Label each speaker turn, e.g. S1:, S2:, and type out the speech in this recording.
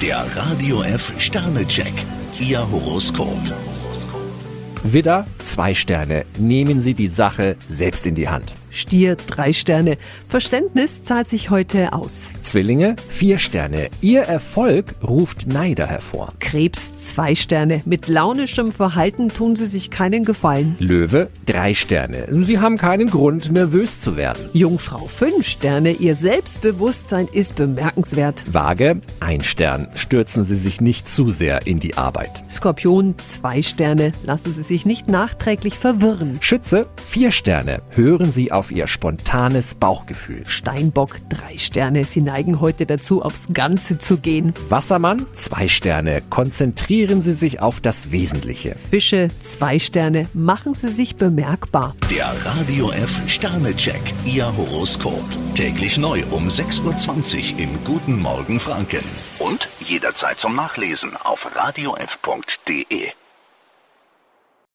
S1: Der Radio F Sternecheck, Ihr Horoskop.
S2: Widder, zwei Sterne. Nehmen Sie die Sache selbst in die Hand.
S3: Stier, drei Sterne. Verständnis zahlt sich heute aus.
S2: Zwillinge, vier Sterne. Ihr Erfolg ruft Neider hervor.
S3: Krebs, zwei Sterne. Mit launischem Verhalten tun Sie sich keinen Gefallen.
S2: Löwe, drei Sterne. Sie haben keinen Grund, nervös zu werden.
S3: Jungfrau, fünf Sterne. Ihr Selbstbewusstsein ist bemerkenswert.
S2: Waage, ein Stern. Stürzen Sie sich nicht zu sehr in die Arbeit.
S3: Skorpion, zwei Sterne. Lassen Sie sich nicht nachträglich verwirren.
S2: Schütze, vier Sterne. Hören Sie auf Ihr spontanes Bauchgefühl.
S3: Steinbock, drei Sterne. Sie neigen heute dazu, aufs Ganze zu gehen.
S2: Wassermann, zwei Sterne. Konzentrieren Sie sich auf das Wesentliche.
S3: Fische, zwei Sterne. Machen Sie sich bemerkbar.
S1: Der Radio F Sternecheck, Ihr Horoskop. Täglich neu um 6.20 Uhr im Guten Morgen Franken. Und jederzeit zum Nachlesen auf radiof.de.